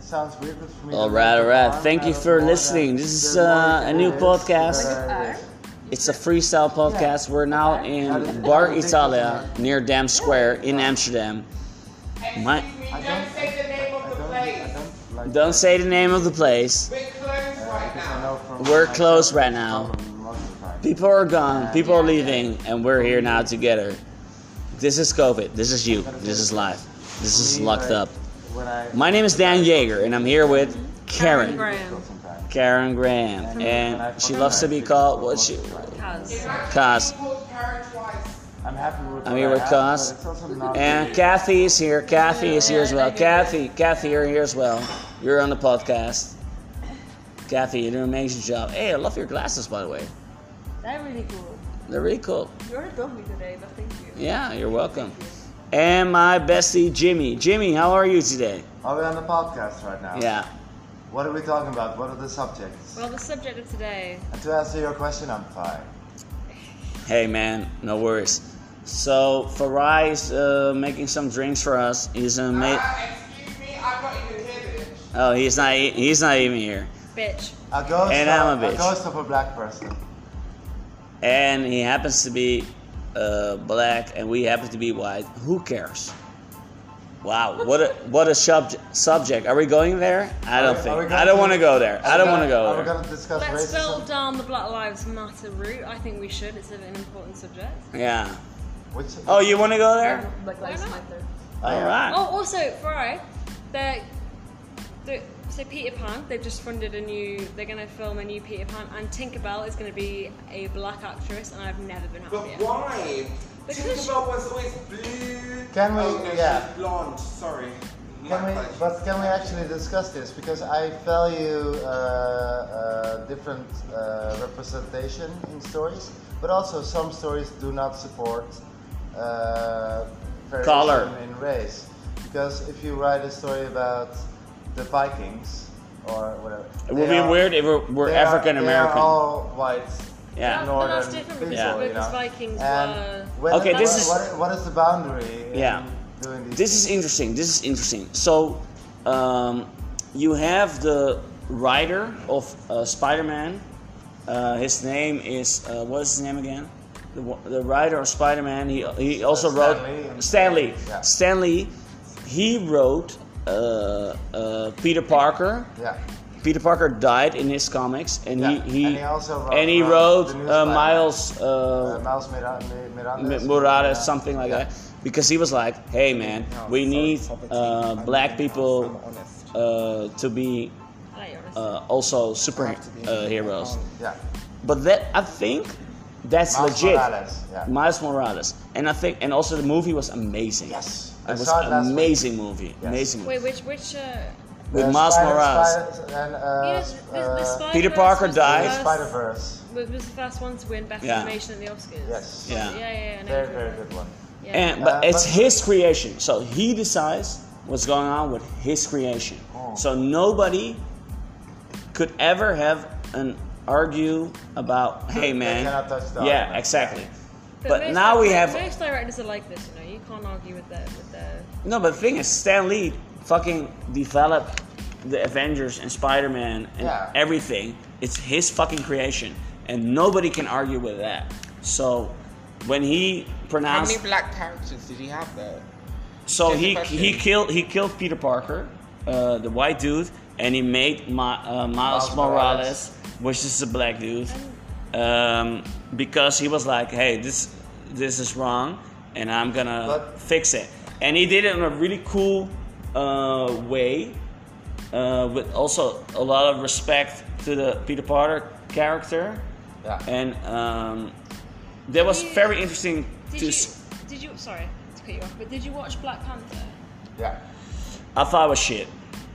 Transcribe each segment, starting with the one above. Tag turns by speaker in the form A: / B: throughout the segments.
A: Sounds weird but for me.
B: All right, all right. Thank you for listening. This is uh, a new podcast.
A: Uh,
B: It's a freestyle podcast. We're now in Bar Italia near Dam Square in Amsterdam. My,
A: I
C: Excuse me,
A: don't-
C: don't say the name
A: I
C: of the
A: don't, uh, I
C: place.
A: don't like
B: don't say the name of the place.
C: We're closed right
A: because I
C: now.
A: know from-
B: We're
A: I know
B: closed right
A: from
B: now.
A: lots of times.
B: People are gone. People are leaving, and we're here now together. This is COVID. This is you. This is life. This is
A: Me,
B: locked
A: like,
B: up.
A: When I
B: My name is Dan Yeager, and I'm here with
D: Karen
B: Karen.
D: Graham.
A: sometimes.
B: Karen Graham, and she loves to be called what she.
D: Cuz.
B: Cos.
C: Called Karen twice.
A: I'm happy with.
B: I'm
A: what
B: here
A: I
B: with
A: have,
B: Cos.
A: but it's also not
B: And
A: really-
B: Kathy is here. Kathy is here as well. Kathy, Kathy, you're here as well. You're on the podcast. Kathy, you do an amazing job. Hey, I love your glasses, by the way.
D: They're really cool.
B: They're really cool.
D: You're lovely today, but thank you.
B: Yeah, you're welcome. And my bestie, Jimmy. Jimmy, how are you today?
A: Are we on the podcast right now?
B: Yeah.
A: What are we talking about? What are the subjects?
D: Well, the subject of today.
A: and to answer your question, I'm fine.
B: Hey, man, no worries. So, Farai is uh, making some drinks for us. He's a ma-
C: Ah, excuse me, I'm not even here. bitch.
B: Oh, he's not. e- He's not even here.
D: Bitch.
A: A ghost.
B: And
A: of,
B: I'm a bitch.
A: ghost of a black person.
B: And he happens to be uh, black, and we happen to be white. Who cares? Wow, what a what a sub- subject. Are we going there? I
A: Are
B: don't
A: we- are we
B: think.
A: gonna
B: I don't
A: do-
B: want to go there.
A: are
B: I
A: we
B: don't
A: gonna-
B: want to
A: Are
B: go
A: we
B: there.
A: going to discuss
D: Let's go
A: racism?
D: down the Black Lives Matter route. I think we should. It's an important subject.
B: Yeah.
A: Which,
B: Oh, you want to go there?
D: Black Lives Matter.
B: All
A: yeah.
B: right.
D: Oh, also, Fry, they're, they so Peter Pan, they've just funded a new, they're going to film a new Peter Pan, and Tinkerbell is going to be a black actress, and I've never been
C: But
D: happier.
C: why?
D: Because
C: Tinkerbell was always blue.
A: Can we-
C: Oh, no, she's
A: yeah.
C: blonde. Sorry.
A: Can
C: My
A: we,
C: bad.
A: but can we actually discuss this? Because I value uh, uh, different uh, representation in stories, but also some stories do not support uh, variation
B: Color.
A: in race. Because if you write a story about the Vikings or whatever,
B: It would
A: they
B: be
A: are-
B: weird if we're, we're
A: they are-
B: African
A: They are
B: American.
A: all white.
B: Yeah.
D: Well, that's
A: northern
D: different
A: people,
B: because-
A: you
D: because
A: know.
D: Vikings
A: And
D: were-
A: when-
B: Okay, this
A: what-
B: is-
A: what- what is the boundary? in
B: Yeah.
A: Doing these
B: This is interesting. This is interesting. So, um, you have the writer of uh, Spider-Man. Uh, his name is uh, what is his name again? The, wa- the writer of Spider-Man. He he also
A: Uh, Stan Lee
B: wrote
A: and-
B: Stanley.
A: Yeah.
B: Stanley. He wrote uh, uh, Peter Parker.
A: Yeah.
B: Peter Parker died in his comics, and
A: Yeah,
B: he, he
A: and he also wrote-
B: and he
A: wrote
B: wrote,
A: the new
B: uh,
A: Spider-Man.
B: Miles
A: Uh,
B: uh,
A: Miles Mira- Mi- Miranda.
B: M-
A: is-
B: Morales,
A: Yeah.
B: something like
A: Yeah.
B: that, because he was like, "Hey man, we need uh, black people uh, to be
D: I like your response.
B: uh, also super uh, heroes."
A: Yeah.
B: But that I think that's
A: Miles
B: legit.
A: Morales, yeah.
B: Miles Morales, and I think, and also the movie was amazing.
A: Yes. I
B: it was
A: saw it last week.
B: amazing movie.
A: Yes.
B: Amazing movie.
D: Wait, which, which, uh,
B: with
A: Uh,
B: Miles
A: Spider-
B: Morales.
A: Spider- and, uh,
D: Yes, the- the
A: uh,
D: Spider-Verse
B: Peter Parker
D: was the
B: died.
D: first-
A: Spider Verse.
D: Was, was the first one to win Best
B: Yeah.
D: Animation at the Oscars.
A: Yes.
B: Yeah.
D: Yeah, yeah, yeah. I know
A: Very,
D: you're
A: very
D: right.
A: good one.
D: Yeah.
B: And
A: Uh,
B: but it's
A: but-
B: his creation, so he decides what's going on with his creation.
A: Oh.
B: So nobody could ever have an argue about, hey man,
A: cannot touch the
B: yeah,
A: argument.
B: exactly. But,
D: most
B: now we
D: direct-
B: have
D: most directors are like this, you know. You can't argue with their with their.
B: no. But the thing is, Stan Lee fucking developed the Avengers and Spider Man and
A: Yeah.
B: everything. It's his fucking creation, and nobody can argue with that. So when he
E: How
B: pronounced
E: many black characters did he have though?
B: So
E: Just a
B: he
E: question.
B: he killed he killed Peter Parker, uh, the white dude, and he made Ma, uh, Miles
A: Miles Morales.
B: Morales, which is a black dude, um, because he was like, "Hey, this this is wrong, and I'm gonna
A: But-
B: fix it." And he did it in a really cool uh, way, uh, with also a lot of respect to the Peter Parker character,
A: Yeah.
B: and um, that was
D: Did you-
B: very interesting
D: Did
B: to.
D: you?
B: s-
D: Did you? Sorry to cut you off, but did you watch Black Panther?
A: Yeah.
B: I thought it was shit.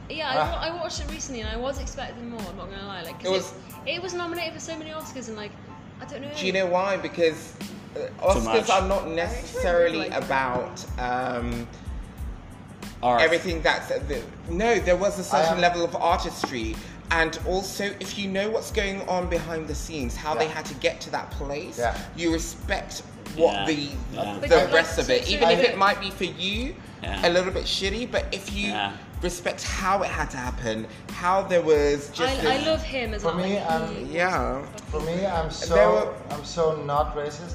D: Yeah, I,
A: Ah.
D: wa- I watched it recently, and I was expecting more. I'm not gonna lie, like 'cause
E: It was-
D: It, it was nominated for so many Oscars, and like I don't know.
E: Do you know why? Because uh,
B: much.
E: Oscars are not necessarily
D: like-
E: about um,
B: Art.
E: everything that's the, no. There was a certain
A: am-
E: level of artistry, and also if you know what's going on behind the scenes, how they
A: Yeah.
E: had to get to that place,
A: Yeah.
E: you respect what
B: Yeah,
E: the
B: yeah.
E: the
D: But you
E: rest
D: like
E: of it,
D: to-
E: even
A: I
E: if it
A: did-
E: might be for you
B: Yeah.
E: a little bit shitty, but if you
B: Yeah.
E: respect how it had to happen, how there was just
D: I, I
E: this-
D: love him as
A: For
D: well.
A: me, um,
D: like,
A: I'm-
D: he-
E: yeah.
A: For me, I'm
E: There
A: so
E: were-
A: I'm so not racist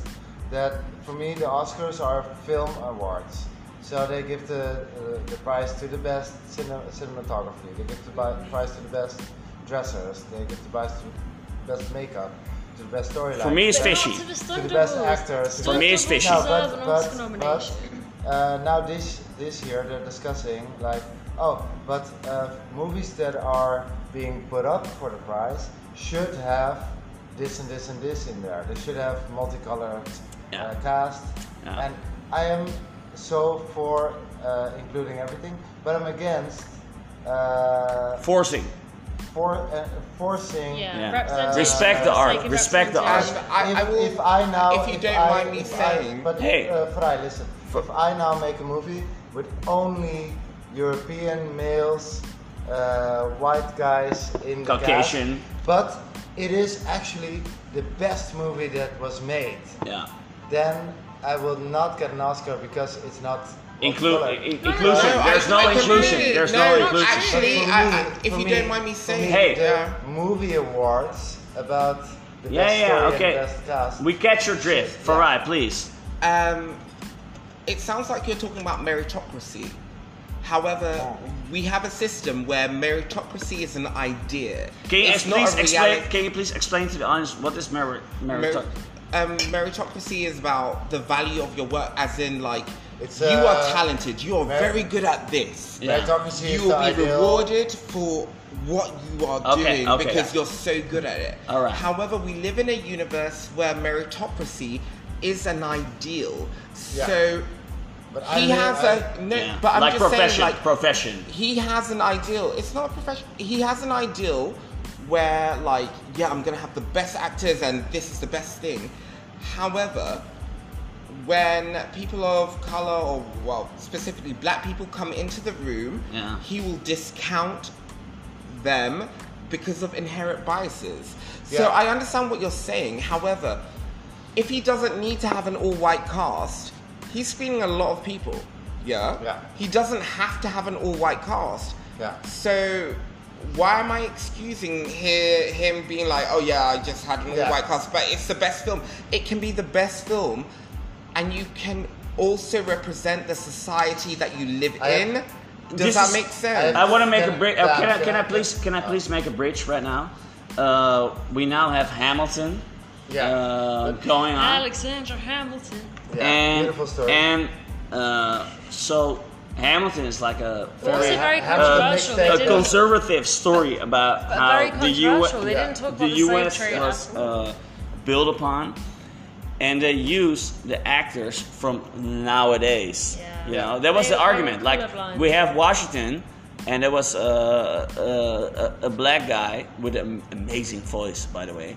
A: that for me the Oscars are film awards. So they give the uh, the prize to the best cine- cinematography. They give the bi- prize to the best dressers. They give the prize to the best makeup, to the best storyline.
B: For me, it's
D: But
B: fishy.
D: also the
A: to the
D: stunt
A: best
D: doubles.
A: actors.
D: Stunt
B: For me, it's
D: doubles
B: fishy.
A: No,
D: deserve
A: but,
D: an Oscar
A: but,
D: nomination.
A: but uh, now this this year they're discussing like oh but uh, movies that are being put up for the prize should have this and this and this in there. They should have multicolored
B: Yeah.
A: uh, cast.
B: Yeah.
A: And I am so for uh, including everything, but I'm against uh,
B: Forcing.
A: for uh, forcing.
D: Yeah,
B: Yeah.
D: representation.
B: Respect the
D: It's
B: art.
D: like
B: Respect the
E: Um,
B: art.
D: representation.
E: I,
A: if,
E: I will,
A: if I now,
E: if you don't
A: I-
E: mind me
A: if I-
E: saying,
A: but
B: Hey.
A: uh, Farai, listen. If I now make a movie with only European males, uh, white guys in the
B: Caucasian.
A: cast, but it is actually the best movie that was made,
B: Yeah.
A: then I will not get an Oscar because it's not.
B: Inclu-
A: colored.
B: in-
D: No,
B: inclusion.
D: no,
B: There's
E: I-
B: no
E: I can
B: inclusion.
E: really-
B: There's
E: no,
B: no, inclusion.
E: actually-
A: But for
E: I-
A: me-
E: I- if
A: for
E: you don't mind me
A: for
E: saying-
B: Hey.
A: the
E: Yeah.
A: movie awards about the
B: yeah,
A: best story
B: yeah,
A: and
B: okay.
A: best cast.
B: We catch your drift.
A: Yeah.
B: Farai, please.
E: Um, it sounds like you're talking about meritocracy.
A: Oh.
E: However, we have a system where meritocracy is an idea.
B: Can you,
E: it's
B: ex- please
E: not a
B: explain,
E: reality.
B: can you please explain to the audience what is merit? merit-
E: Mer- um, meritocracy is about the value of your work, as in like
A: It's,
E: you
A: uh,
E: are talented, you are
A: merit-
E: very good at this.
B: Yeah.
A: Meritocracy is
E: You
A: the
E: will be
A: ideal.
E: rewarded for what you are
B: Okay,
E: doing
B: okay,
E: because
B: yeah.
E: you're so good at it.
B: All right.
E: However, we live in a universe where meritocracy is an ideal.
A: Yeah.
E: So
A: But I
E: he
A: live-
E: has
A: I-
E: a no,
B: Yeah.
E: but I'm
B: like
E: just
B: profession.
E: saying like
B: profession.
E: he has an ideal. It's not a profession. He has an ideal where, like, yeah, I'm gonna have the best actors and this is the best thing. However, when people of color or well, specifically black people come into the room,
B: Yeah.
E: he will discount them because of inherent biases. So
A: Yeah.
E: I understand what you're saying. However, if he doesn't need to have an all-white cast, he's screening a lot of people. Yeah.
A: Yeah.
E: He doesn't have to have an all-white cast.
A: Yeah.
E: So why am I excusing hi him being like, oh yeah, I just had an
A: Yeah.
E: all-white cast, but it's the best film. It can be the best film, and you can also represent the society that you live
A: I-
E: in. Does
B: This
E: that
B: is-
E: make sense?
B: I want to make a
A: Can-
B: bridge.
A: yeah,
B: can, I,
A: can
B: can
A: I-
B: I please? Can I please make a bridge right now? Uh, we now have Hamilton
A: Yeah.
B: uh, going on,
D: Alexander Hamilton.
A: Yeah,
B: and
A: beautiful story.
B: and uh, so Hamilton is like
D: Well,
B: a very
D: also very
A: ha-
D: controversial.
A: have a
D: They
A: mixtape.
B: a
D: didn't-
B: conservative story about
D: but
B: how
D: very
B: the U.S.
D: controversial. They didn't talk about
B: the
D: the slave
B: U.S.
D: trade
B: was
D: at all.
B: uh, built upon, and they used the actors from nowadays.
D: Yeah.
B: You know, that was
D: They
B: the
D: were
B: argument. Like
D: colorblind.
B: we have Washington, and there was uh, a, a, a black guy with an amazing voice, by the way.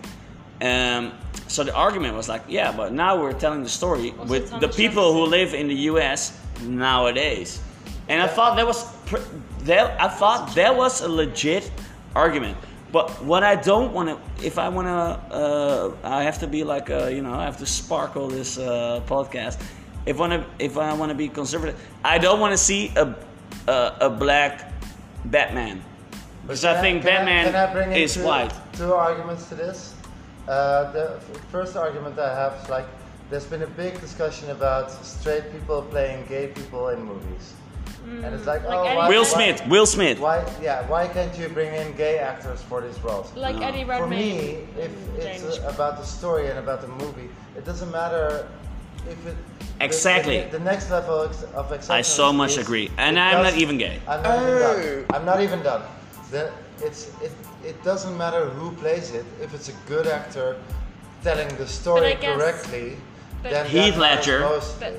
B: Um, so the argument was like, yeah, but now we're telling the story
D: Also
B: with the
D: Thomas
B: people who
D: Jefferson.
B: live in the U.S. nowadays, and I thought that was pr- that I thought that was a legit argument. But what I don't want to, if I want to, uh, I have to be like, uh, you know, I have to sparkle this uh, podcast. If want to, if I want to be conservative, I don't want to see a, a a black Batman because I
A: Can
B: think
A: can
B: Batman
A: can I bring in
B: is
A: two,
B: white.
A: Two arguments to this. Uh, the f- first argument I have is like there's been a big discussion about straight people playing gay people in movies, and it's like,
D: like
A: oh,
D: Eddie
A: why,
B: Will
A: why-
B: Smith, Will Smith.
A: Why, yeah, why can't you bring in gay actors for these roles?
D: Like
B: No.
D: Eddie
A: for
D: Redmayne.
A: me, if it's
D: James.
A: uh, about the story and about the movie, it doesn't matter if it. the-
B: Exactly.
A: The, the next level ex- of acceptance.
B: I so much
A: is
B: agree. And
A: it
B: I'm not
A: does-
B: even gay.
A: I'm not even done.
E: Oh.
A: I'm not even done. The, it's it, it doesn't matter who plays it if it's a good actor telling the story
D: guess-
A: correctly.
D: but-
A: then
B: Heath
A: that matters
B: Ledger.
A: most.
D: But,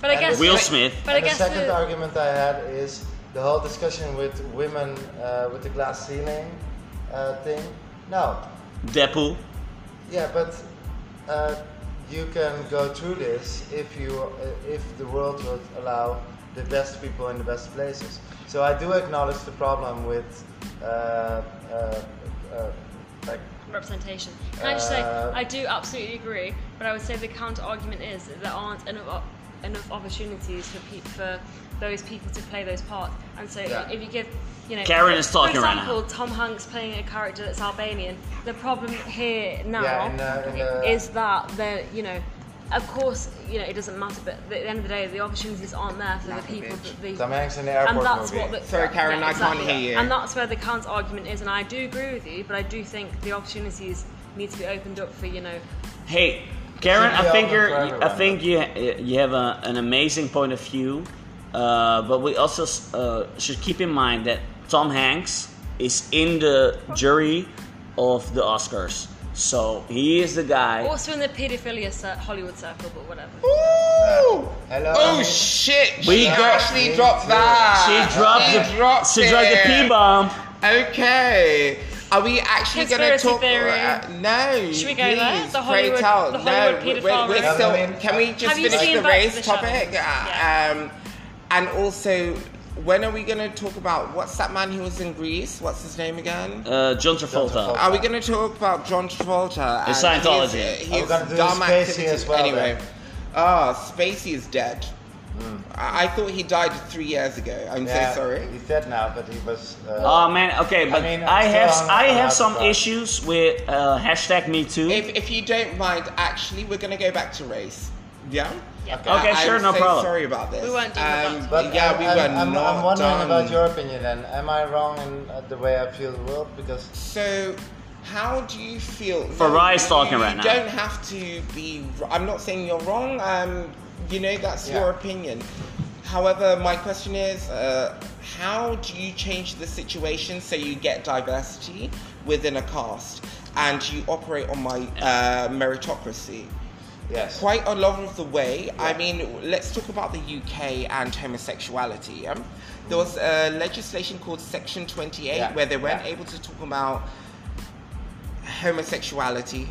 D: but I
A: And
D: guess
A: Will
D: but-
B: Smith.
D: But I
A: And the
D: guess
A: second
D: the-
A: argument I had is the whole discussion with women uh, with the glass ceiling uh, thing. No,
B: Deadpool.
A: yeah, but uh, you can go through this if you uh, if the world would allow the best people in the best places. So I do acknowledge the problem with uh, uh, uh, like
D: representation. Can I just say,
A: Uh,
D: I do absolutely agree, but I would say the counter argument is that there aren't enough, op- enough opportunities for pe- for those people to play those parts. And so,
A: Yeah.
D: if you give, you know,
B: Karen is talking
D: for
B: right
D: example, Tom Hanks playing a character that's Albanian. The problem here now
A: Yeah, in the- in uh, the-
D: is that the you know. Of course, you know it doesn't matter, but at the end of the day, the opportunities aren't there for the people. That the,
A: Tom Hanks in the airport
D: and that's
A: movie.
D: what the,
E: Sorry, Karen, I can't hear you.
D: And that's where the Kant's argument is, and I do agree with you, but I do think the opportunities need to be opened up for, you know,
B: Hey, Karen,
A: Should be
B: I think
A: open
B: you're.
A: for
B: I
A: everyone.
B: think you you have a, an amazing point of view, uh, but we also uh, should keep in mind that Tom Hanks is in the jury of the Oscars, so he is the guy.
E: Oh,
D: also in the paedophilia cir- Hollywood circle, but whatever.
E: Ooh!
A: Hello.
E: Oh shit!
B: We
E: she
B: got-
E: actually dropped that.
B: She dropped
E: She
B: the
E: dropped
B: she dropped the
E: it.
B: p bomb.
E: Okay. Are we actually going to
D: Conspiracy
E: talk?
D: theory.
E: uh, no.
D: Should we go
E: please,
D: there? The
E: pray
D: Hollywood-
E: tell.
D: the Hollywood
E: no, we're-
D: paedophile
E: we're, we're
D: race?
E: still.
A: Yeah, I mean-
E: Can we just
D: Have you
E: finish
D: seen
E: the
D: Back to
E: race
D: the Shadows?
E: topic? Uh,
D: Yeah.
E: Um, and also, when are we going to talk about what's that man who was in Greece? What's his name again?
B: Uh, John Travolta.
A: Travolta.
E: Are we going to talk about John Travolta
B: It's
E: and
B: Scientology.
E: His,
A: Are we
E: his
A: gonna do
E: dumb
A: Spacey
E: activities?
A: as well,
E: anyway,
A: then? Hmm.
E: ah, Spacey is dead. I, I thought he died three years ago. I'm
A: Yeah,
E: so sorry. Um,
A: He's dead now, but he was. Uh,
B: Oh man, okay, but I,
A: mean, I'm
B: have
A: still on-
B: I
A: on
B: have some
A: outside.
B: issues with uh, hashtag Me Too.
E: If, if you don't mind, actually, we're going to go back to race. Yeah.
D: Yeah.
A: Okay.
B: Okay,
E: I-
B: sure,
E: I'm
B: no
E: so
B: problem.
E: Sorry about this. Um,
D: We weren't doing that.
A: but
E: yeah,
A: I,
E: we
A: I'm,
E: were
A: I'm,
E: not
A: I'm wondering
E: done.
A: about your opinion. Then, am I wrong in uh, the way I feel the world? Because
E: So, how do you feel?
B: Farai's
E: you-
B: talking right
E: you
B: now.
E: don't have to be. I'm not saying you're wrong. Um, you know that's
A: Yeah.
E: your opinion. However, my question is, uh, how do you change the situation so you get diversity within a cast and you operate on my uh, meritocracy?
A: yes,
E: quite a lot of the way. I mean, let's talk about the UK and homosexuality. yeah? There was a legislation called Section 28
A: Yeah,
E: where they weren't
A: yeah.
E: able to talk about homosexuality,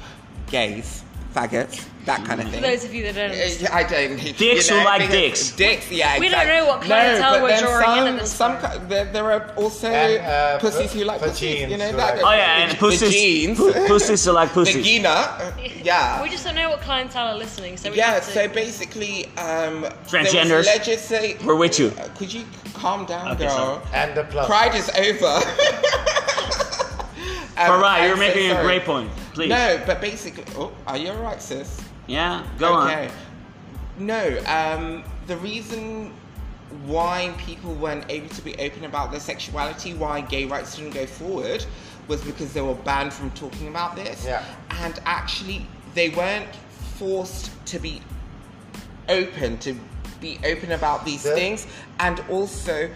E: gays, faggots, that kind of
D: For
E: thing.
D: those of you that don't
E: Uh, yeah, I don't. you
B: Hmm. Dicks who
E: know,
B: like
E: because
B: dicks.
E: Dicks, yeah.
D: We don't
E: exactly.
D: know what clientele
E: but
D: we're
E: then
D: drawing in
E: some,
D: at this
E: some
D: point.
E: ki- there, there are also
A: And, uh,
E: pussies
A: va-
E: who like pussies. You
A: vagines
E: know
A: who
E: that.
A: like-
B: oh yeah, and pussies,
E: Vagines.
B: pu- pussies are like pussies.
E: Vagina. Yeah.
D: We just don't know what clientele are listening, so we
E: Yeah,
D: have to- Oh.
E: so basically, um,
B: Transgenders.
E: Legislate. Uh,
B: We're with you.
E: Could you calm down,
B: Okay,
E: girl?
A: and the plus.
E: Pride is over. um,
B: Farah,
E: I'm
B: you're
E: so
B: making a
E: sorry.
B: great point. Please.
E: No, but basically, oh, are you alright, sis?
B: Yeah, go
E: okay.
B: on.
E: No, um, the reason why people weren't able to be open about their sexuality, why gay rights didn't go forward, was because they were banned from talking about this.
A: Yeah.
E: And actually, they weren't forced to be open, to be open about these
A: Yeah.
E: things. And also,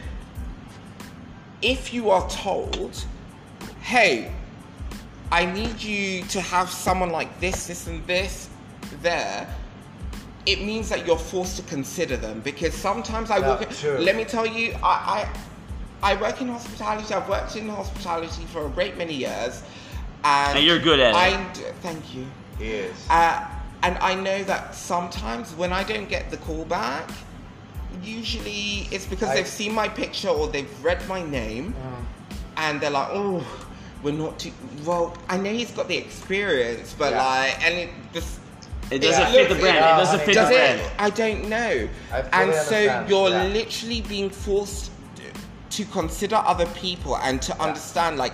E: if you are told, hey, I need you to have someone like this, this, and this there, it means that you're forced to consider them because sometimes I
A: Yeah,
E: work.
A: true.
E: Let me tell you, I, I I work in hospitality. I've worked in hospitality for a great many years, and,
B: And you're good at it.
E: I, d- Thank you.
A: he is.
E: Uh, and I know that sometimes when I don't get the call back, usually it's because
A: I- Uh-huh.
E: they've seen my picture or they've read my name and they're like, oh, we're not too. Well, I know he's got the experience, but
A: Yeah.
E: like, and it just.
B: It doesn't
E: Yeah.
B: fit the brand.
A: Yeah,
B: It doesn't
A: honey.
B: fit
E: Does
B: the
E: it?
B: brand.
E: I don't know.
A: I fully
E: And so
A: understand,
E: you're
A: yeah.
E: literally being forced to consider other people and to understand, like,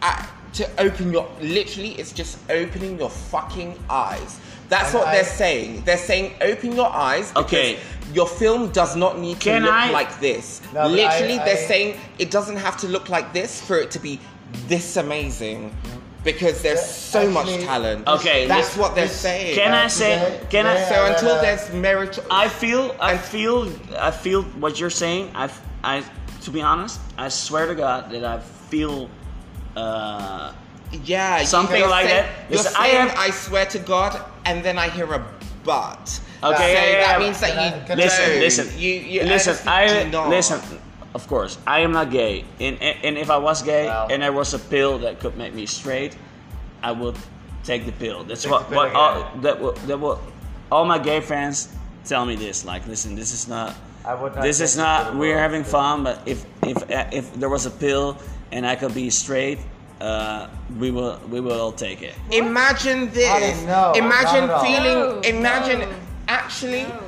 E: I, to open your. Literally, it's just opening your fucking eyes. That's
A: And
E: what
A: I-
E: they're saying. They're saying open your eyes. because
B: Okay.
E: Your film does not need to
B: Can
E: look
B: I-
E: like this.
A: No, but
E: literally,
A: I-
E: they're
A: I-
E: saying it doesn't have to look like this for it to be this amazing. Because there's so much
A: Actually-
E: talent.
B: Okay,
E: that's
B: this-
E: what they're
A: this-
E: saying.
B: Can I
A: Yeah.
B: say?
A: Yeah.
B: Can I?
A: Yeah.
E: So until
A: uh,
E: there's merit,
B: I feel. I
E: And-
B: feel. I feel what you're saying. I. I. To be honest, I swear to God that I feel. Uh,
E: yeah, you-
B: something
E: you're
B: like
E: saying-
B: that.
E: You're
B: It's- I
E: saying, I,
B: have-
E: swear to God, and then I hear a but.
B: Okay,
E: so
B: yeah, yeah,
E: that
B: yeah,
A: but
E: means that
A: can
E: you
A: I- can I-
B: listen,
E: don't.
B: listen,
E: You, you
B: listen.
E: honestly
B: I
E: do not.
B: listen. Of course, I am not gay, and and and if I was gay
A: Wow.
B: and there was a pill that could make me straight, I would take the pill. That's
A: Take
B: what
A: the pill,
B: what all,
A: yeah.
B: that will, that will, all my gay friends tell me this. Like, listen, this is not.
A: I would not
B: this is
A: take the
B: not.
A: pill,
B: We're
A: bro.
B: having fun, but if if if there was a pill and I could be straight, uh, we will we will take it.
E: Imagine this.
A: Honey, no,
E: imagine
A: not at all.
E: feeling.
D: No,
E: imagine.
D: no.
E: Actually,
D: No.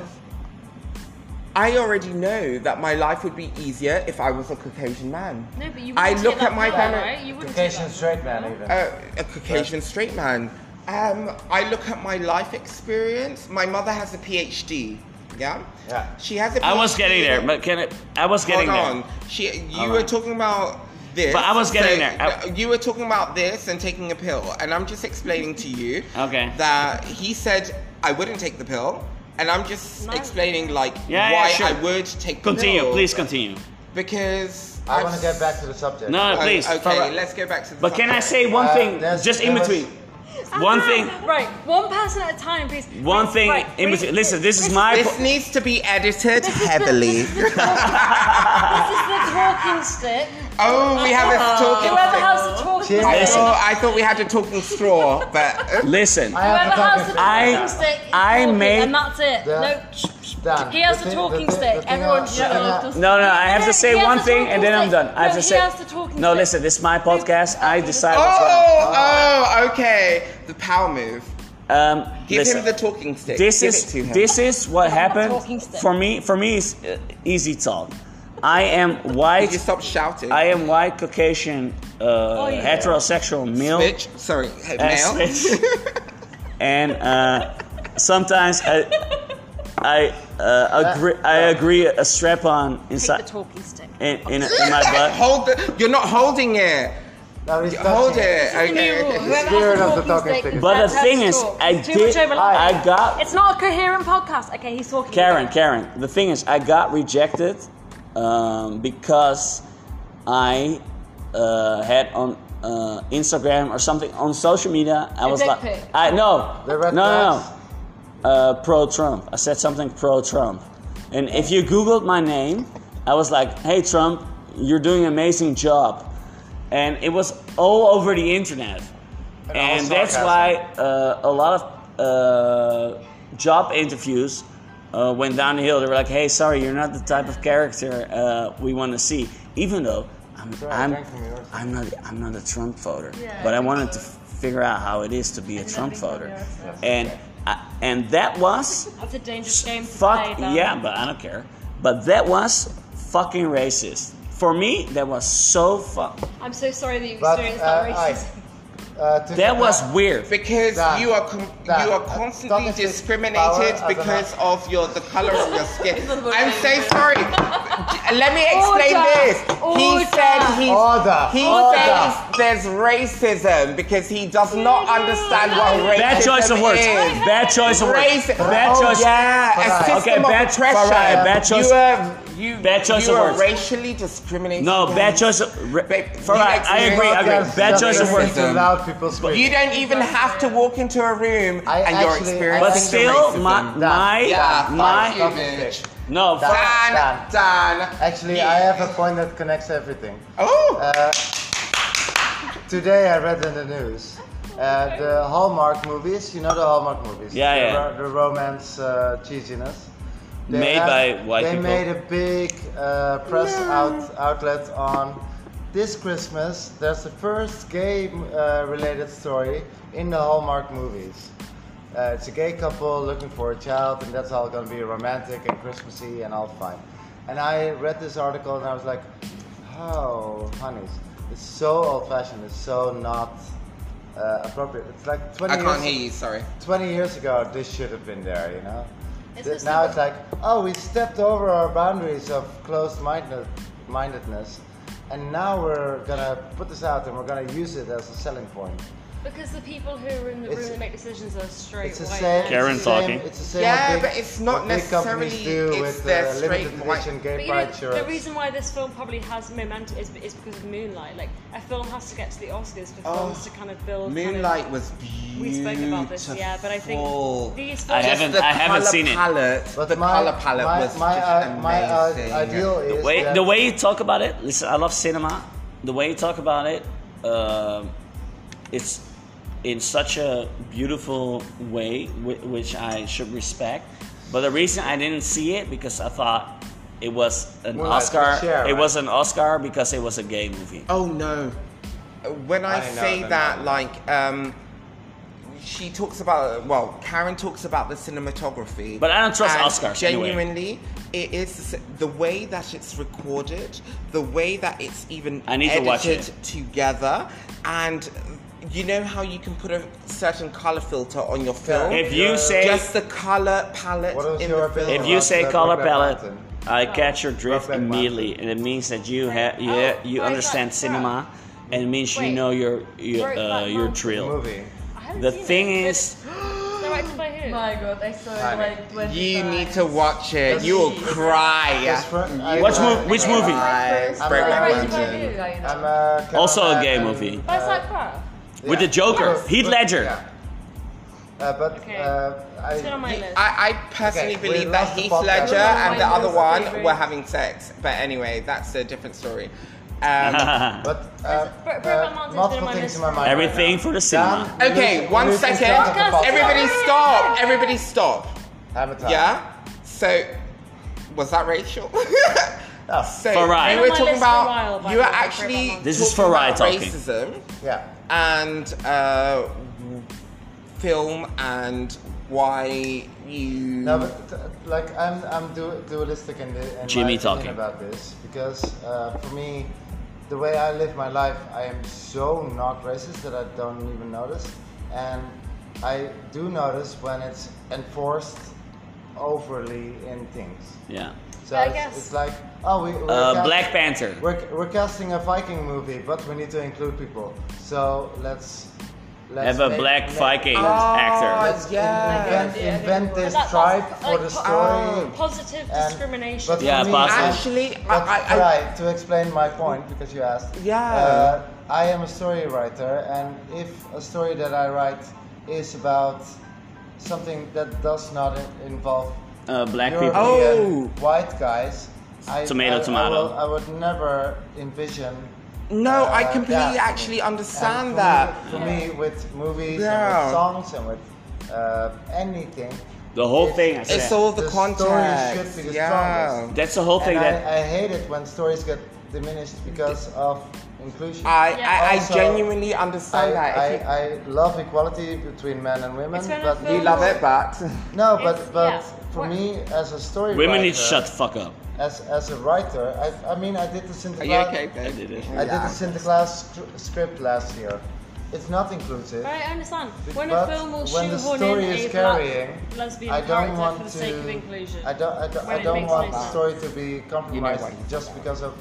E: I already know that my life would be easier if I was a Caucasian man.
D: No, but you
E: I
D: wouldn't
E: look
D: take
E: at
D: that
E: my
D: power,
E: family-
D: right? You wouldn't take
A: Caucasian
D: that
A: straight
D: power.
A: man, even.
E: a, a Caucasian straight man. Um, I look at my life experience. My mother has a PhD. Yeah.
A: Yeah.
E: She has a.
B: I was
E: PhD.
B: getting there, but can it? I was getting there.
E: Hold on. She, you
B: All
E: were
B: right.
E: talking about this.
B: But I was getting there. I-
E: you were talking about this and taking a pill, and I'm just explaining to you.
B: Okay.
E: That he said I wouldn't take the pill, and I'm just
D: Nice.
E: explaining like
B: Yeah, yeah,
E: why
B: sure.
E: I would take the
B: Continue,
E: pill.
B: please continue.
E: Because
A: I
E: I've
A: want to get back to the subject.
B: No, no,
E: Oh,
B: please.
E: Okay,
B: Farah.
E: let's go back to the.
B: But can I
E: subject.
B: say one
A: Uh,
B: thing,
A: there's-
B: just in
A: there was-
B: between? One
D: Ah,
B: thing.
D: Right, one person at a time, please.
B: One
D: Please,
B: thing
D: right,
B: in
D: please,
B: between. Listen,
D: please,
B: this is my.
E: This
B: po-
E: needs to be edited heavily.
D: This is the talking stick.
E: oh, we have a talking
D: Whoever
E: stick.
D: has the talking
A: Cheers.
E: I
D: stick.
B: Listen.
E: thought, I thought we had a talking straw, but
B: Listen.
A: I have
D: Whoever
A: the
D: has the
A: talking
B: I-
D: talking
A: stick.
D: stick. is
B: I
D: talking,
B: made-
D: And that's it.
A: Yeah.
D: No. shh, shh.
A: Done.
D: He has
A: The
D: the
A: thing-
D: talking
A: the thing-
D: stick.
A: the thing
D: Everyone
A: I-
D: shut
A: the thing
D: up.
A: I-
D: Just-
B: No, no, I have to
D: he
B: say
D: has
B: one
D: the
B: thing
D: talking
B: and then I'm
D: stick.
B: done. I have
D: No, he
B: to say.
D: has the talking
B: no,
D: stick.
B: listen, this is my podcast. I decide what's going
E: oh, oh, okay. The power move.
B: on. Um,
E: Give
B: listen,
E: him the talking stick.
B: this
E: Give
B: is
E: it to him.
B: this is what
D: Talking
B: happened
D: stick.
B: for me. For me, it's uh, easy talk. I am
E: Did you
B: white.
E: stop shouting?
B: I am white, Caucasian, uh,
D: yeah.
B: heterosexual male.
E: Bitch, sorry, hey,
B: Uh,
E: male.
B: switch. and uh, sometimes I, I uh, agree. I agree a strap on
D: Take the
B: inside
D: talking stick.
B: in, in, in my butt.
E: Hold the, you're not holding it.
A: No, he's
E: Hold
A: touching
E: it.
D: This is the new
E: Okay.
D: rule.
E: okay.
D: Whoever has
A: Spirit of the talking
D: stick
A: stick.
D: is
B: But
D: allowed
B: the
D: to
B: thing
D: have
B: is,
D: talk.
B: I
D: Too much
B: did.
D: overlap.
B: I got
D: It's not a coherent podcast. Okay, he's talking.
B: Karen. Karen. The thing is, I got rejected um, because I uh, had on. Uh, Instagram or something on social media. I
D: A
B: was
D: dick
B: like,
D: pic.
B: I no,
A: The
B: no,
A: red
B: no, no.
A: flags.
B: uh, pro Trump. I said something pro Trump. And if you Googled my name, I was like, hey, Trump, you're doing an amazing job. And it was all over the internet. And,
A: all
B: that's
A: sarcasm.
B: why uh, a lot of uh, job interviews uh, went down the hill. They were like, hey, sorry, you're not the type of character uh, we want to see. Even though I'm,
A: Sorry, I
B: I'm,
A: drank from yours.
B: I'm, not, I'm not a Trump voter.
D: Yeah,
B: but I
D: I think
B: wanted to
D: so.
B: figure out how it is to be a
D: And
B: Trump
D: nothing from
B: voter.
D: yours, yeah.
B: And, I, and that was
D: That's a dangerous game to play.
B: Fuck
D: though.
B: yeah, but I don't care. But that was fucking racist. For me, that was so fuck.
D: I'm so sorry that you
A: But,
D: experienced
A: uh,
D: that
A: I-
D: racism.
A: Uh, to-
B: That was weird.
E: Because
A: That-
E: you are com-
A: that-
E: you are
A: uh,
E: constantly
A: talking to
E: discriminated
A: power as an
E: because
A: act.
E: of your the color of your skin.
D: This is what
E: I'm
D: I
E: so
D: do.
E: sorry. Let me explain
D: Order.
E: this. He
D: Order.
E: said he
A: Order.
E: he
A: Order.
E: says there's racism because he does not understand what racism
B: Bad choice of words.
E: is.
B: Bad choice of words.
E: Raci-
B: Bad
A: Oh,
B: choice.
E: Yeah,
A: Alright.
E: a system
B: Okay,
E: of
B: bad-
E: oppression.
B: alright, bad choice-
E: You are you.
B: bad choice
E: you
B: of
E: are
B: words.
E: racially discriminated.
B: No, bad
E: against.
B: choice of. Ra-
E: Babe,
B: Farah,
E: relax,
B: I agree. I
E: relax.
B: agree. Bad choice of words.
E: Racism.
A: Loud people speak.
E: You don't even have to walk into a room
A: I
E: and you're
A: actually-
E: experiencing
B: But
A: I think
B: still,
E: racism.
B: my my
E: Yeah, fuck you,
B: my.
E: bitch.
B: No,
A: That-
B: Farah,
A: Dan.
E: Dan, Dan.
A: Actually, I have a point that connects everything.
E: Oh,
A: Uh, today I read in the news uh, the Hallmark movies. You know the Hallmark movies.
B: Yeah,
A: the,
B: yeah.
A: ro- the romance uh, cheesiness. They
B: Made
A: have-
B: by white
A: They
B: people.
A: made a big uh, press out outlet on this Christmas. There's the first gay-related story in the Hallmark movies. Uh, it's a gay couple looking for a child, and that's all going to be romantic and Christmassy and all fine. And I read this article, and I was like, "Oh, honeys, it's so old-fashioned. It's so not uh, appropriate. It's like 20
E: I can't
A: years,
E: hear you. Sorry.
A: 20 years ago, this should have been there, you know?
D: It's
A: Th-
D: just
A: now
D: like-
A: it's like, oh, we stepped over our boundaries of closed minded- mindedness, and now we're gonna put this out and we're gonna use it as a selling point.
D: Because the people who are in the
A: It's-
D: room that make decisions are straight
A: It's the
D: white
A: same.
D: men.
B: Karen
A: it's the same-
B: talking.
A: It's the same.
E: Yeah,
A: what big-
E: but it's not
A: what big companies
E: necessarily-
A: do
E: it's
A: with
E: their
A: uh, limited
E: straight white-
A: edition
D: But
A: gay
D: you know,
A: pride
D: the
A: shirts.
D: reason why this film probably has momentum is, is because of Moonlight. Like a film has to get to the Oscars for
E: Oh,
D: films to kind of build.
E: Moonlight
D: Kind
E: was
D: of,
E: beautiful.
D: we spoke about this, yeah, but I think these films.
B: I haven't-
E: The
B: I haven't
E: colour
B: seen it.
E: palette,
A: But
E: the
A: my,
E: color palette
A: my,
E: was
A: my,
E: just
A: uh, my uh,
E: amazing.
A: ideal is
B: Wait,
A: that-
B: the way you talk about it, listen, I love cinema. The way you talk about it, um it's in such a beautiful way, whi- which I should respect. But the reason I didn't see it because I thought it was an
A: Well, I
B: Oscar.
A: could share,
B: It
A: right?
B: was an Oscar because it was a gay movie.
E: Oh no. when I,
C: I know
E: say
C: the
E: that,
C: man.
E: like, um, she talks about well, Karen talks about the cinematography,
B: But I don't trust
E: and
B: Oscars anyway.
E: Genuinely, it is the s- the way that it's recorded, the way that it's even
B: I need to
E: edited
B: watch
E: together, and you know how you can put a certain color filter on your film.
B: If you say
E: just the color palette
A: What was
E: in
A: your
E: the film.
A: opinion
B: if you say
A: Rock
B: color
A: that
B: palette,
A: button.
B: I catch your drift
A: that
B: immediately, and it means that you have you, ha-
D: Oh,
B: you
D: right,
B: understand
D: right,
B: cinema, and it means you
D: Wait.
B: know your your
D: Right,
B: uh,
D: right,
B: your
D: no.
B: drill.
A: Movie.
F: I haven't
B: The
F: seen
B: thing
F: it.
B: is,
D: Is that right to play who?
F: my god, I saw
A: I
F: it
A: know.
F: like when
E: You need to watch it. You will
F: Please.
E: cry.
A: It's fr- I- uh,
B: Which mov- which movie?
E: Cry.
F: I'm
A: I'm
E: Break
A: a
F: Right,
E: my
F: right,
E: mind.
F: right.
A: legend.
F: right.
A: I'm uh, a
B: Also a
A: cameraman
B: gay
A: and,
B: movie.
F: But it's
A: uh,
F: not far.
B: With the Joker, Heath Ledger.
A: yeah. Uh, but
D: Okay.
A: uh, I,
D: It's been on my list.
E: I, I personally
A: Okay, we
E: believe
A: lost
E: that
A: the
E: Heath
A: podcast.
E: Ledger and the
F: Mine
E: other
F: was
E: one
F: favorite.
E: were having sex. But anyway, that's a different story. Um,
A: but uh,
D: Br- Br- Br-
A: uh,
D: Mountain's been in
A: multiple
D: my
A: things
D: list
A: in my
D: for-
A: mind.
B: everything for the cinema.
A: Dan,
E: okay,
A: Lucy-
E: one
A: Lucy
E: second.
A: started the podcast.
E: Everybody stop. Everybody stop.
A: Avatar.
E: Yeah? So, was that Rachel?
A: Yeah.
E: so,
B: For Ryan.
E: we
D: Been
E: were
D: on my
E: talking
D: list for a while,
E: about.
D: by
E: you
D: the
E: were
D: way, for
E: actually.
D: about
B: This is
E: talking
B: for Ryan
E: about
B: talking.
E: Racism.
A: yeah.
E: and uh, film and why you.
A: No, but uh, like I'm, I'm du- dualistic in, the, in
B: Jimmy
A: my opinion
B: talking.
A: about this because uh, for me, the way I live my life, I am so not racist that I don't even notice, and I do notice when it's enforced overly in things.
B: Yeah.
A: So
D: I
A: it's,
D: guess.
A: it's like, oh, we we're
B: Uh,
A: cast-
B: Black Panther.
A: We're, we're casting a Viking movie, but we need to include people. So let's. let's
B: Have a
A: make-
B: black
A: make-
B: Viking
E: Ah,
B: actor.
A: Let's
E: yeah.
A: invent,
F: Yeah, yeah,
A: invent
F: yeah.
A: this
D: But that-
A: tribe
D: that's,
A: for
D: like,
A: the
D: po- Oh,
A: story.
D: Positive
A: And-
D: discrimination.
A: But for
B: Yeah,
A: me,
B: possible.
A: I-
E: Actually, I-
A: but
E: I- I-
A: try to explain my point because you asked.
E: Yeah.
A: Uh, I am a story writer, and if a story that I write is about something that does not in- involve
B: Uh, black
A: European
B: people.
E: Oh.
A: white guys, I,
B: Tomato,
A: I, I,
B: tomato.
A: will- I would never envision.
E: No,
A: uh,
E: I completely
A: that.
E: actually
A: And
E: understand
A: for
E: that.
A: Me, for me, with movies
E: Yeah.
A: and with songs and with uh, anything,
B: The whole
A: It's-
B: thing. I
E: It's
B: said.
E: all the,
A: The story
E: context.
A: should be the
E: yeah.
A: strongest.
B: That's the whole thing
A: and
B: that.
A: I, I hate it when stories get diminished because of inclusion.
E: I, I,
A: Also,
E: I genuinely
A: I,
E: understand that.
A: I,
E: If you-
A: I love equality between men and women,
D: It's when I
A: but
D: feel-
E: we love it, but
A: no, but
D: It's-
A: but
D: yeah.
A: for
D: What-
A: me as a story
B: Women
A: writer,
B: need to shut the fuck up.
A: as as a writer, I, I mean I did the
E: are
A: Sinterklaas
E: you okay,
B: I
E: babe?
B: did it.
A: I did the Sinterklaas scr- script last year. It's not inclusive.
D: Right, I understand.
A: But
D: When a film will
A: when the
D: shoehorn in
A: story
D: a
A: is
D: black
A: carrying,
D: lesbian
A: I don't
D: character
A: want
D: for the
A: to.
D: sake of inclusion.
A: I don't. I don't,
D: When
A: I
D: it
A: don't
D: makes
A: want
D: no
A: the
D: sense.
A: story to be compromised
E: why you did
A: just
E: that.
A: because of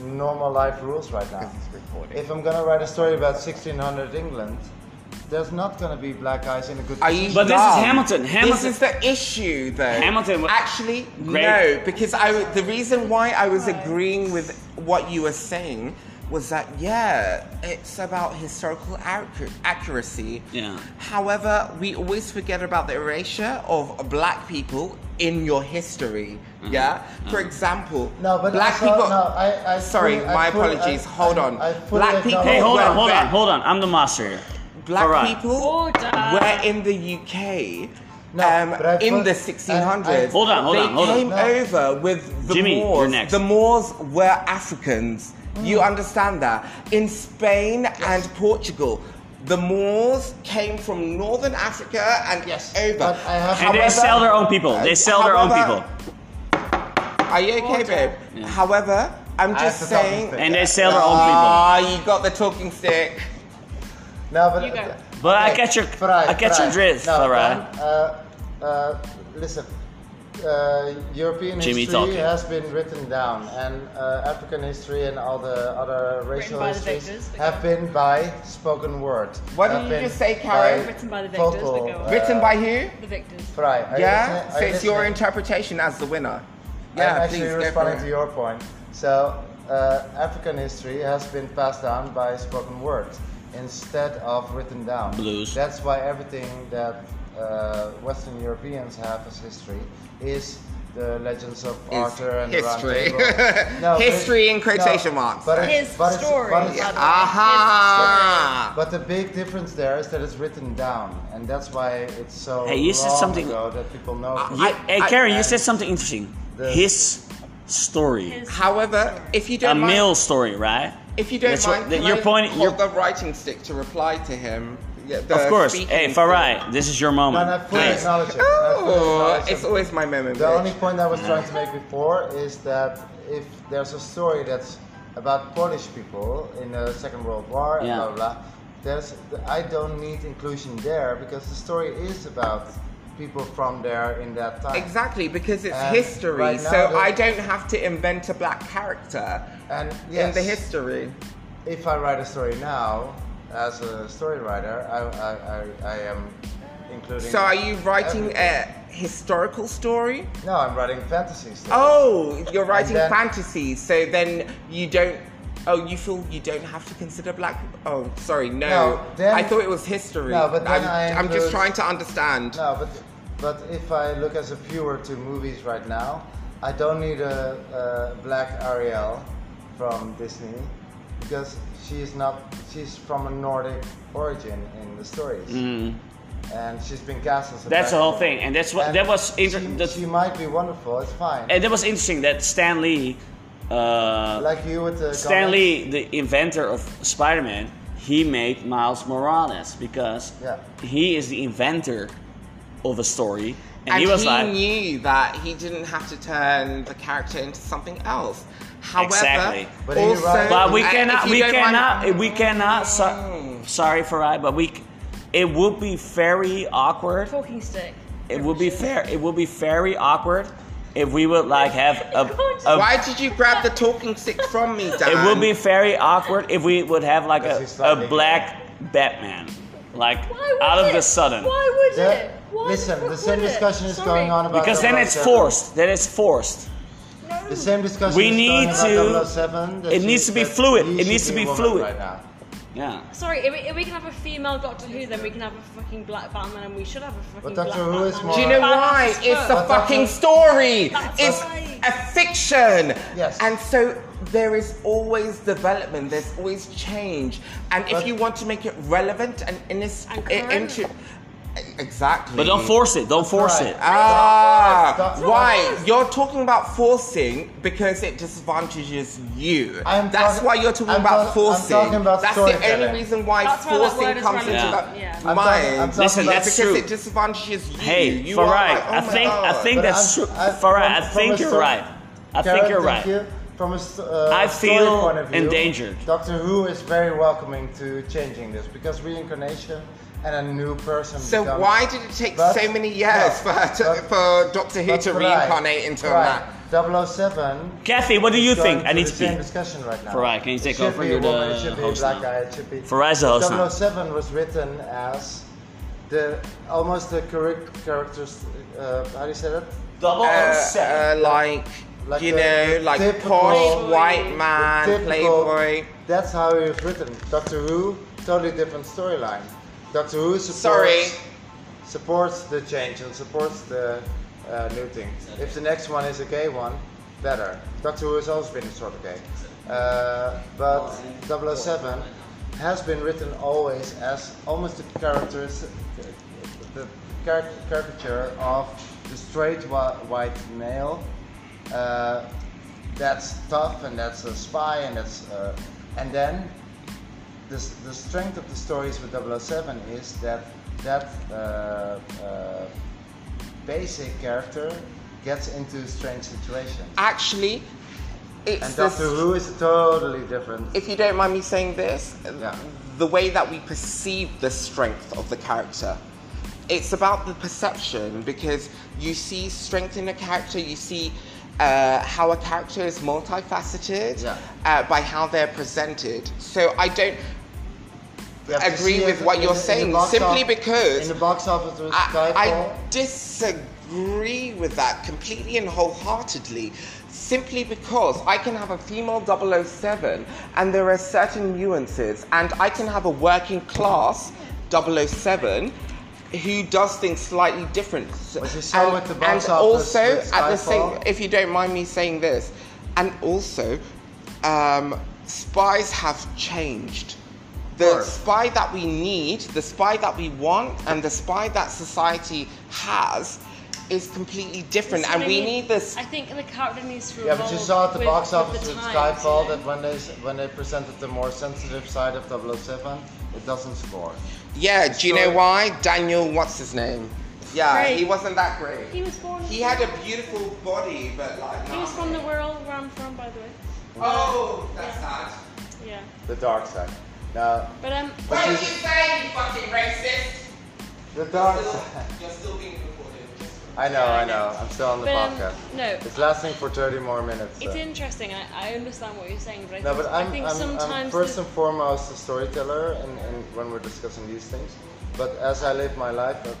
A: normal life rules right now.
E: it's recording.
A: If I'm gonna write a story about 1600 England, there's not gonna be black guys in a good.
E: Are
A: position.
E: you
B: But this is
E: dumb?
B: Hamilton.
E: This
B: Hamilton-
E: is the issue, though.
B: Hamilton wa-
E: Actually,
B: Great.
E: no, because I w- the reason why I was agreeing with what you were saying was that yeah, it's about historical accu- accuracy.
B: Yeah.
E: However, we always forget about the erasure of black people in your history.
B: Mm-hmm.
E: Yeah. For example,
A: No, but
E: black
A: also-
E: people.
A: no, I- I
E: sorry,
A: fully- I
E: my
A: fully-
E: apologies.
A: I-
E: hold
A: I-
E: on.
A: I fully
E: black people.
B: Hey, hold on,
E: were
B: hold on,
E: ve-
B: hold on. I'm the master here.
E: Black
B: Farah.
E: people
D: Order.
E: were in the UK
A: No, but I
E: um, in
A: thought-
E: the 1600s.
A: I-
B: Hold on, hold
E: they
B: on, hold on.
E: came
A: No.
E: over with the
B: Jimmy, you're
E: Moors.
B: next.
E: The Moors were Africans. You
A: Mm.
E: understand that? In Spain and Portugal, the Moors came from northern Africa and
A: Yes,
E: over.
A: but I have-
B: And they
A: However-
B: sell their own people. They sell their own people.
E: However- Are you okay, babe?
B: Yeah.
E: However, I'm
A: I
E: just
A: have to talk
E: saying.
A: instead.
B: And they sell their own people.
E: Ah, you got the talking stick.
A: No, but
D: You go.
B: But I
A: Okay,
B: catch your,
A: Farai,
B: I catch your
A: Farai.
B: drift,
A: No,
B: Farah.
A: Dan, uh, uh, listen, uh, European
B: Jimmy
A: history
B: talking.
A: has been written down, and uh, African history and all the other racial
D: by the
A: histories
D: victors, but
A: have been by spoken word.
E: What
A: have
E: did you
A: been
E: just say, Karen?
D: Written by the victors, but
A: vocal,
D: go on.
A: uh,
E: Written by who?
D: the victors.
A: Farai, are you
E: Yeah,
A: listening-
E: so
A: are you
E: it's your
A: listening?
E: interpretation as the winner.
A: I'm
E: Yeah,
A: actually
E: please go for
A: responding
E: it.
A: to your point. So, uh, African history has been passed down by spoken word instead of written down.
B: Blues.
A: That's why everything that uh, Western Europeans have as history is the legends of
E: Is
A: Arthur and
E: history.
A: the Round Table.
E: History in quotation marks.
A: But it's,
D: His
A: but it's-
D: story.
A: but it's-
D: by the way.
E: Aha!
A: but the big difference there is that it's written down, and that's why it's so
B: Hey, you said
A: long
B: something-
A: ago that people know.
B: You,
E: I-
B: hey,
E: I-
B: Karen, you
A: I-
B: said something interesting.
A: The-
B: His story.
D: His-
E: However, if you
B: a
E: don't mind,
B: male story, right?
E: If you don't
B: That's what-
E: mind,
B: the-
E: can
B: your
E: I
B: point-
E: hold
B: your-
E: the writing stick to reply to him. Yeah, the
B: of course.
E: speaking
B: Hey,
E: stick.
B: Farai, this is your moment.
A: And I fully
B: Please.
A: acknowledge it. I fully
E: Oh,
A: acknowledge
E: it's
A: it.
E: always my moment.
A: The
E: bitch.
A: only point I was trying to make before is that if there's a story that's about Polish people in the Second World War, and
B: Yeah.
A: blah blah, blah, there's I don't need inclusion there because the story is about people from there in that time.
E: Exactly, because it's
A: And
E: history,
A: right now
E: so
A: the-
E: I don't have to invent a black character
A: And yes,
E: in the history.
A: if I write a story now as a story writer, I I, I, I am including.
E: So are you writing
A: everything.
E: a historical story?
A: No, I'm writing fantasy stories.
E: Oh, you're writing
A: then-
E: fantasy, so then you don't. Oh, you feel you don't have to consider black. Oh, sorry, no.
A: No, then-
E: I thought it was history.
A: No, but then
E: I'm,
A: I
E: I'm just
A: include-
E: trying to understand.
A: No, but but if I look as a viewer to movies right now, I don't need a, a black Ariel from Disney because she's not she's from a Nordic origin in the stories, and she's been cast as a.
B: Mm. That's
A: black
B: the whole
A: woman.
B: thing, and that's what
A: And
B: that was. Inter-
A: she,
B: that,
A: she might be wonderful. It's fine.
B: and that was interesting that Stan Lee, uh,
A: like you with the
B: Stan
A: comics.
B: Lee, the inventor of Spider-Man, he made Miles Morales because
A: Yeah.
B: he is the inventor of a story, and,
E: and
B: he was like,
E: knew that he didn't have to turn the character into something else. However,
B: Exactly.
A: But he
E: also,
A: writes-
B: But we
E: I- if
B: cannot.
E: you Mm.
B: We
E: don't mind-
B: cannot. we cannot. So, sorry for I, but we. c- It would be very awkward.
D: Talking stick.
B: It would be fair. It would be very awkward if we would like have a. a-
E: Why did you grab the talking stick from me, Dan?
B: it would be very awkward if we would have like
A: Because
B: a,
A: he's
B: a
A: slightly-
B: black Batman, like
D: Why would
B: out of
D: it?
B: the sudden.
D: Why would
A: The-
D: it? Why
A: listen,
D: fuck
A: the same
D: would it?
A: discussion is
D: Sorry.
A: going on about.
B: Because then it's
A: 007.
B: forced. Then it's forced.
D: No.
A: The same discussion.
B: We
A: is
B: need
A: going
B: to-
A: About 007, that
B: it
A: she-
B: needs to be
A: that
B: fluid.
A: he
B: It
A: should
B: needs to
A: a
B: be
A: woman
B: fluid.
A: right now.
B: Yeah.
D: Sorry, if we, if we can have a female Doctor Who, then we can have a fucking black Batman, and we should have a fucking
A: But Doctor
D: black
A: Who is
D: Batman.
A: more-
E: Do you know
D: Badass
E: why?
D: as
E: It's a
D: fuck.
A: But that's
E: fucking
A: not-
E: story.
D: That's
E: It's
D: right.
E: a fiction.
A: Yes.
E: And so there is always development. There's always change. And if
A: But-
E: you want to make it relevant and innis-
D: And
E: i-
D: current.
E: into exactly.
B: But don't force it. Don't force
A: Right.
B: it.
E: Ah,
A: That's-
E: why? You're talking about forcing because it disadvantages you.
A: I'm
E: That's
A: talking-
E: why you're talking
A: I'm talking-
E: about
A: I'm
E: forcing.
A: talking about
E: That's the only
A: storytelling.
E: reason why
D: That's why that
E: forcing
D: word is
E: comes into
B: relevant.
E: that
D: Yeah. Yeah.
A: I'm talking- I'm
E: mind.
A: talking
B: Listen,
A: about-
B: that's
E: because
B: true.
E: it disadvantages you.
B: Hey,
E: you
B: for
E: are
B: right.
E: like, oh
B: I
E: my
B: think I
E: God.
B: think
A: But
B: that's
A: I'm-
B: true.
A: I-
B: For right,
A: from-
B: I
A: from a
B: think you're
A: sto-
B: right. I think
A: Karen,
B: you're
A: thank
B: right.
A: you. From a s- uh,
B: I
A: story
B: feel
A: point of view,
B: endangered.
A: Doctor Who is very welcoming to changing this because reincarnation and a new person.
E: So
A: becomes-
E: why did it take
A: But-
E: so many
A: no,
E: years for her to,
A: but-
E: for Doctor Who
A: but
E: to
A: for right,
E: reincarnate into
A: for
E: a man?
A: right, 007.
B: Kathy, what do you
A: is going
B: think? I
A: through
B: need
A: the
B: to
A: same
B: speak.
A: discussion right now.
B: Farai, can you
A: It
B: take
A: should
B: over?
A: be a
B: You're
A: woman,
B: the
A: it should be
B: host
A: a black
B: now.
A: guy, it should be.
B: Farai's the host now.
A: 007 was written as the almost the correct characters. Uh, how do you say that?
B: Double
E: Uh, uh, like,
A: Like
E: you
A: the
E: know, like
A: typical-
E: posh white
A: The
E: man,
A: typical-
E: playboy.
A: That's how it was written. Doctor Who, totally different storyline. Doctor Who supports
E: Sorry.
A: supports the change and supports the uh, new things. If the next one is a gay one, better. Doctor Who has always been sort of gay, uh, but 007 has been written always as almost the characters, the car- caricature of the straight whi- white male. Uh, that's tough, and that's a spy, and that's uh, and then the, the strength of the stories with 007 is that that uh, uh, basic character gets into strange situations.
E: Actually, it's
A: And
E: this-
A: Doctor Who is totally different.
E: if you don't mind me saying this,
A: Yeah.
E: the way that we perceive the strength of the character. It's about the perception because you see strength in a character, you see uh, how a character is multifaceted
A: Yeah.
E: uh, by how they're presented. So I don't
A: You have to
E: agree
A: see
E: with
A: it
E: what
A: in
E: you're
A: the- in the
E: saying,
A: box office-
E: simply because
A: in the box office with
E: I,
A: Skyfall.
E: I disagree with that completely and wholeheartedly. Simply because I can have a female 007 and there are certain nuances, and I can have a working class 007 who does things slightly different.
A: But you saw
E: and,
A: with the box
E: and
A: office
E: also
A: with
E: at the same,
A: Skyfall.
E: if you don't mind me saying this, and also um, spies have changed. The
A: course.
E: spy that we need, the spy that we want, and the spy that society has is completely different,
D: That's
E: and
D: what I
E: we
D: mean.
E: need this.
D: I think the character needs to
A: Yeah, but you
D: evolve
A: saw at the
D: with-
A: box
D: with
A: office
D: the
A: with
D: times,
A: Skyfall
D: you know?
A: that when they when they presented the more sensitive side of 007, it doesn't score.
E: Yeah, do you know
A: Sorry.
E: why? Daniel, what's his name? Yeah,
D: Great.
E: he wasn't that great.
D: He was born.
E: He had a beautiful body, but like.
D: He was from the world where I'm from, by the way.
E: Oh, that's sad.
D: Yeah,
A: The dark side. Now,
D: but um,
A: But
E: What did you
A: this-
E: say, you fucking racist?
A: the dark
E: Still-
A: side.
E: You're still being recorded. just for-
A: I know, I know. I'm still on the
D: but um,
A: podcast.
D: no,
A: It's lasting for 30 more minutes.
D: it's
A: so.
D: interesting. I, I understand what you're saying, but I,
A: No,
D: think,
A: but I'm,
D: I think
A: I'm,
D: sometimes
A: I'm first
D: the-
A: and foremost a storyteller, and, and when we're discussing these things, but as I live my life, uh,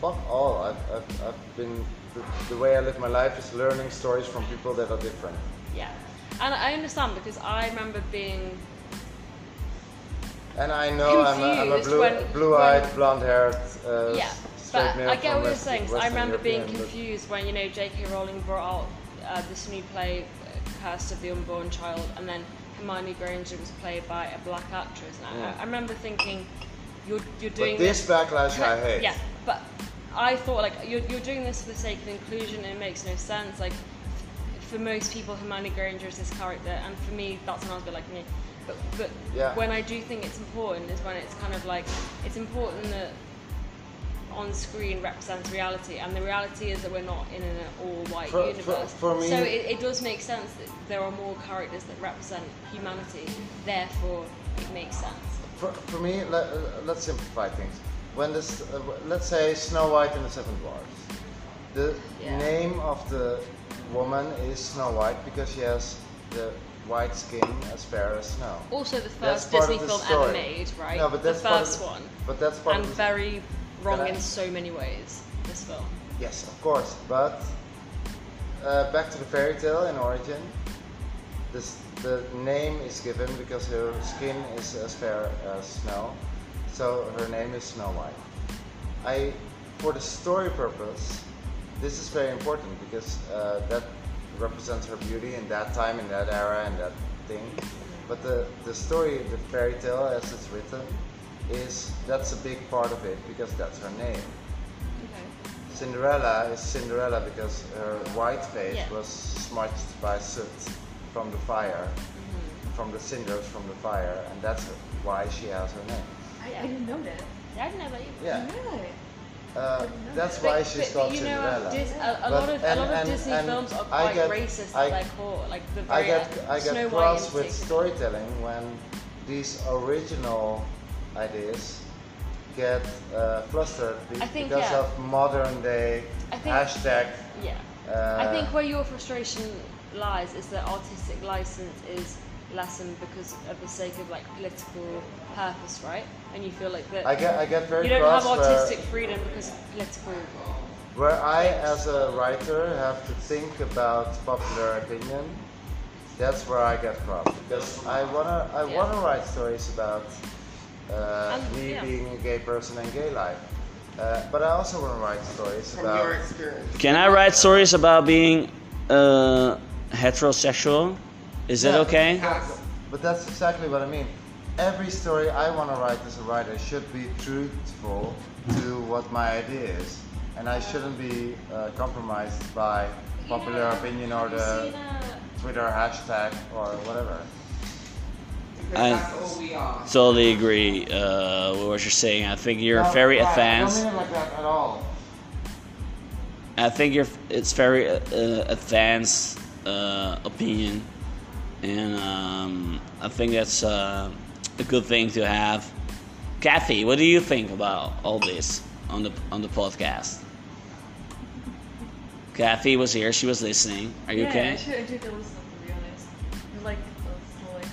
A: fuck all. I've, I've, I've been the, the way I live my life is learning stories from people that are different.
D: yeah, and I understand because I remember being
A: And I know I'm a, I'm a
D: Confused
A: blue,
D: when-
A: blue-eyed,
D: when-
A: blonde-haired uh,
D: yeah,
A: straight
D: but
A: male
D: I get what
A: from
D: you're
A: West-
D: saying. 'cause I
A: Western
D: remember being
A: European, but-
D: confused when you know J.K. Rowling brought out uh, this new play, uh, Curse of the Unborn Child, and then Hermione Granger was played by a black actress. And I,
A: Yeah.
D: I remember thinking, you're you're
A: But,
D: doing
A: this backlash I hate.
D: Yeah, but I thought like you're, you're doing this for the sake of inclusion, and it makes no sense. Like f- for most people, Hermione Granger is this character, and for me, that's when I was a bit like me. But but
A: Yeah.
D: when I do think it's important is when it's kind of like it's important that on screen represents reality, and the reality is that we're not in an all-white
A: For- for-
D: universe.
A: for me-
D: so it, it does make sense that there are more characters that represent humanity. Therefore, it makes sense.
A: For, for me, let, let's simplify things. When this, uh, w- let's say Snow White and the Seven Dwarfs. The
D: Yeah.
A: name of the woman is Snow White because she has the white skin as fair as snow.
D: Also, the
A: That's
D: first
A: part of
D: Disney
A: the
D: film
A: story.
D: ever made, right?
A: No, but that's
D: the
A: part
D: first
A: of, the-
D: one.
A: But that's part
D: And
A: of the-
D: very wrong
A: Can I-
D: in so many ways. This film.
A: Yes, of course. But uh, back to the fairy tale in origin. This, the name is given because her skin is as fair as snow, so her name is Snow White. I, for the story purpose, this is very important because uh, that represents her beauty in that time, in that era, and that thing. But the, the story, the fairy tale as it's written, is that's a big part of it because that's her name.
D: Okay.
A: Cinderella is Cinderella because her white face
D: Yeah.
A: was smudged by soot from the fire,
D: Mm-hmm.
A: from the cinders from the fire, and that's why she has her name.
F: I, I didn't know that.
D: Yeah, I don't know about you.
A: Yeah,
F: Really?
A: uh, that's why
D: But-
A: she's
D: but
A: called
D: you know,
A: Cinderella.
D: Dis- a, a
A: But-
D: lot of
A: and-
D: a lot of
A: and-
D: Disney
A: and
D: films are
A: I
D: quite
A: get-
D: racist
A: I-
D: at their core, like the
A: I
D: very
A: get I
D: Snow
A: get
D: White
A: cross
D: in
A: with
D: particular.
A: storytelling when these original ideas get uh, flustered be-
D: I think,
A: because
D: yeah.
A: of modern day
D: I think-
A: hashtag.
D: Yeah.
A: Uh,
D: I think where your frustration lies is that artistic license is lessened because of the sake of like political purpose, right? And you feel like that
A: I get I get very
D: you don't
A: cross uh,
D: have
A: where-
D: artistic freedom because of political
A: Where I, as a writer, have to think about popular opinion, that's where I get from because I wanna, I
D: Yeah.
A: wanna write stories about uh,
D: And-
A: me
D: yeah.
A: being a gay person and gay life. Uh, but I also wanna write stories
E: From
A: about.
E: your experience.
B: Can I write stories about being uh, heterosexual? Is that
A: Yeah.
B: okay?
E: Yes.
A: But that's exactly what I mean. Every story I wanna write as a writer should be truthful to what my idea is, and I shouldn't be uh, compromised by popular opinion or the Twitter hashtag or whatever.
E: Because
B: I-
E: that's all we are.
B: Totally agree uh, with what you're saying. I think you're
A: No,
B: very
A: right, I
B: advanced.
A: don't mean it like that at all.
B: I think you're, it's very uh, uh, advanced uh, opinion, and um, I think that's uh, a good thing to have. Kathy, what do you think about all this on the on the podcast? Kathy was here; she was listening. Are you
F: yeah,
B: okay?
F: I should I should go listen to be honest. It's like I'm still like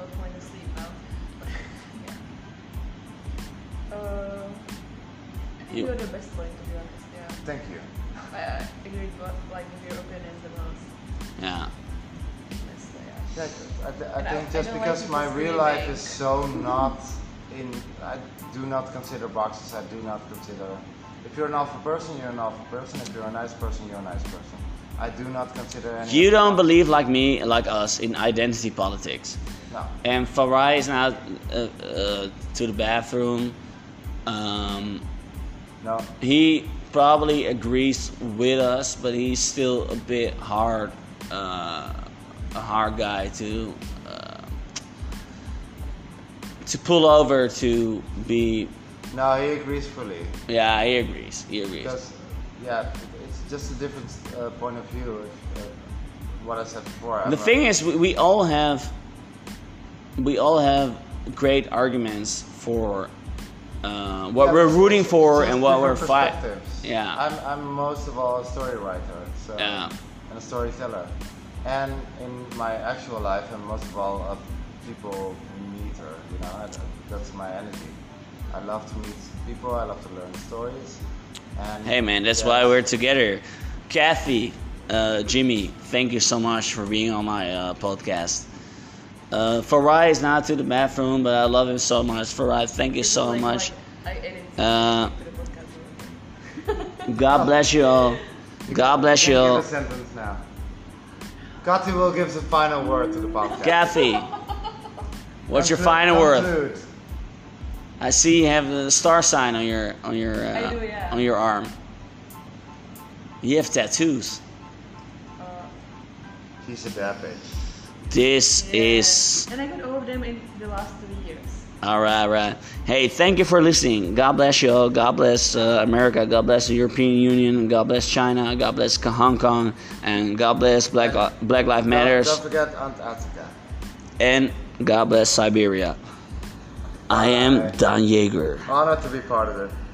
F: I'm falling asleep now. yeah. Uh, I think
B: You-
F: you're the best point to be honest. Yeah.
A: Thank you.
F: I, I agree with what, like with your opinion the most.
B: Yeah.
F: That's the,
A: Yeah,
F: yeah.
A: I, th- I
F: No,
A: think
F: I
A: just
F: don't like
A: because my
F: people
A: real
F: screaming.
A: life is so not in, I do not consider boxes. I do not consider. If you're an awful person, you're an awful person. If you're a nice person, you're a nice person. I do not consider any.
B: You
A: of
B: don't
A: the
B: believe like me, like us, in identity politics.
A: boxes. No.
B: And Farai is now uh, uh, to the bathroom. Um,
A: No.
B: he probably agrees with us, but he's still a bit hard, uh, a hard guy to uh, to pull over to be.
A: No, he agrees fully.
B: Yeah, he agrees. He agrees.
A: Because, yeah, it's just a different uh, point of view. If, uh, what I said before. I'm
B: the
A: not-
B: thing is we, we all have we all have great arguments for uh, what
A: Yeah,
B: we're
A: it's-
B: rooting
A: it's
B: for
A: just
B: and what we're
A: different
B: fighting
A: perspectives.
B: yeah um,
A: I'm, I'm most of all a story writer, so
B: Yeah.
A: and a storyteller, and in my actual life, I'm most of all a people meter. You know, I, that's my energy. I love to meet people. I love to learn stories. And
B: hey man that's
A: yeah.
B: why we're together kathy uh, jimmy thank you so much for being on my uh, podcast uh, Farai is not to the bathroom, but I love him so much. Farai, thank you so
F: Like,
B: much.
F: Like, I, I didn't see
B: Uh,
F: the podcast.
B: God bless you all. God bless you
A: Can you
B: all.
A: give a sentence now. Gotti will give the final word to the podcast.
B: Kathy, what's your final word?
A: word?
B: I see you have the star sign on your on your uh,
F: do, yeah.
B: on your arm. You have tattoos.
F: Uh,
A: He's a bad bitch.
B: This
F: yeah.
B: is
F: And I got all of them in the last three years.
B: all right, all right. Hey, thank you for listening. God bless you all. God bless uh, America. God bless the European Union. God bless China. God bless Hong Kong. And God bless Black uh, Black Lives
A: Don't,
B: Matters.
A: don't forget Antarctica.
B: And God bless Siberia. I am
A: Alright.
B: Don Yeager.
A: Honored to be part of it.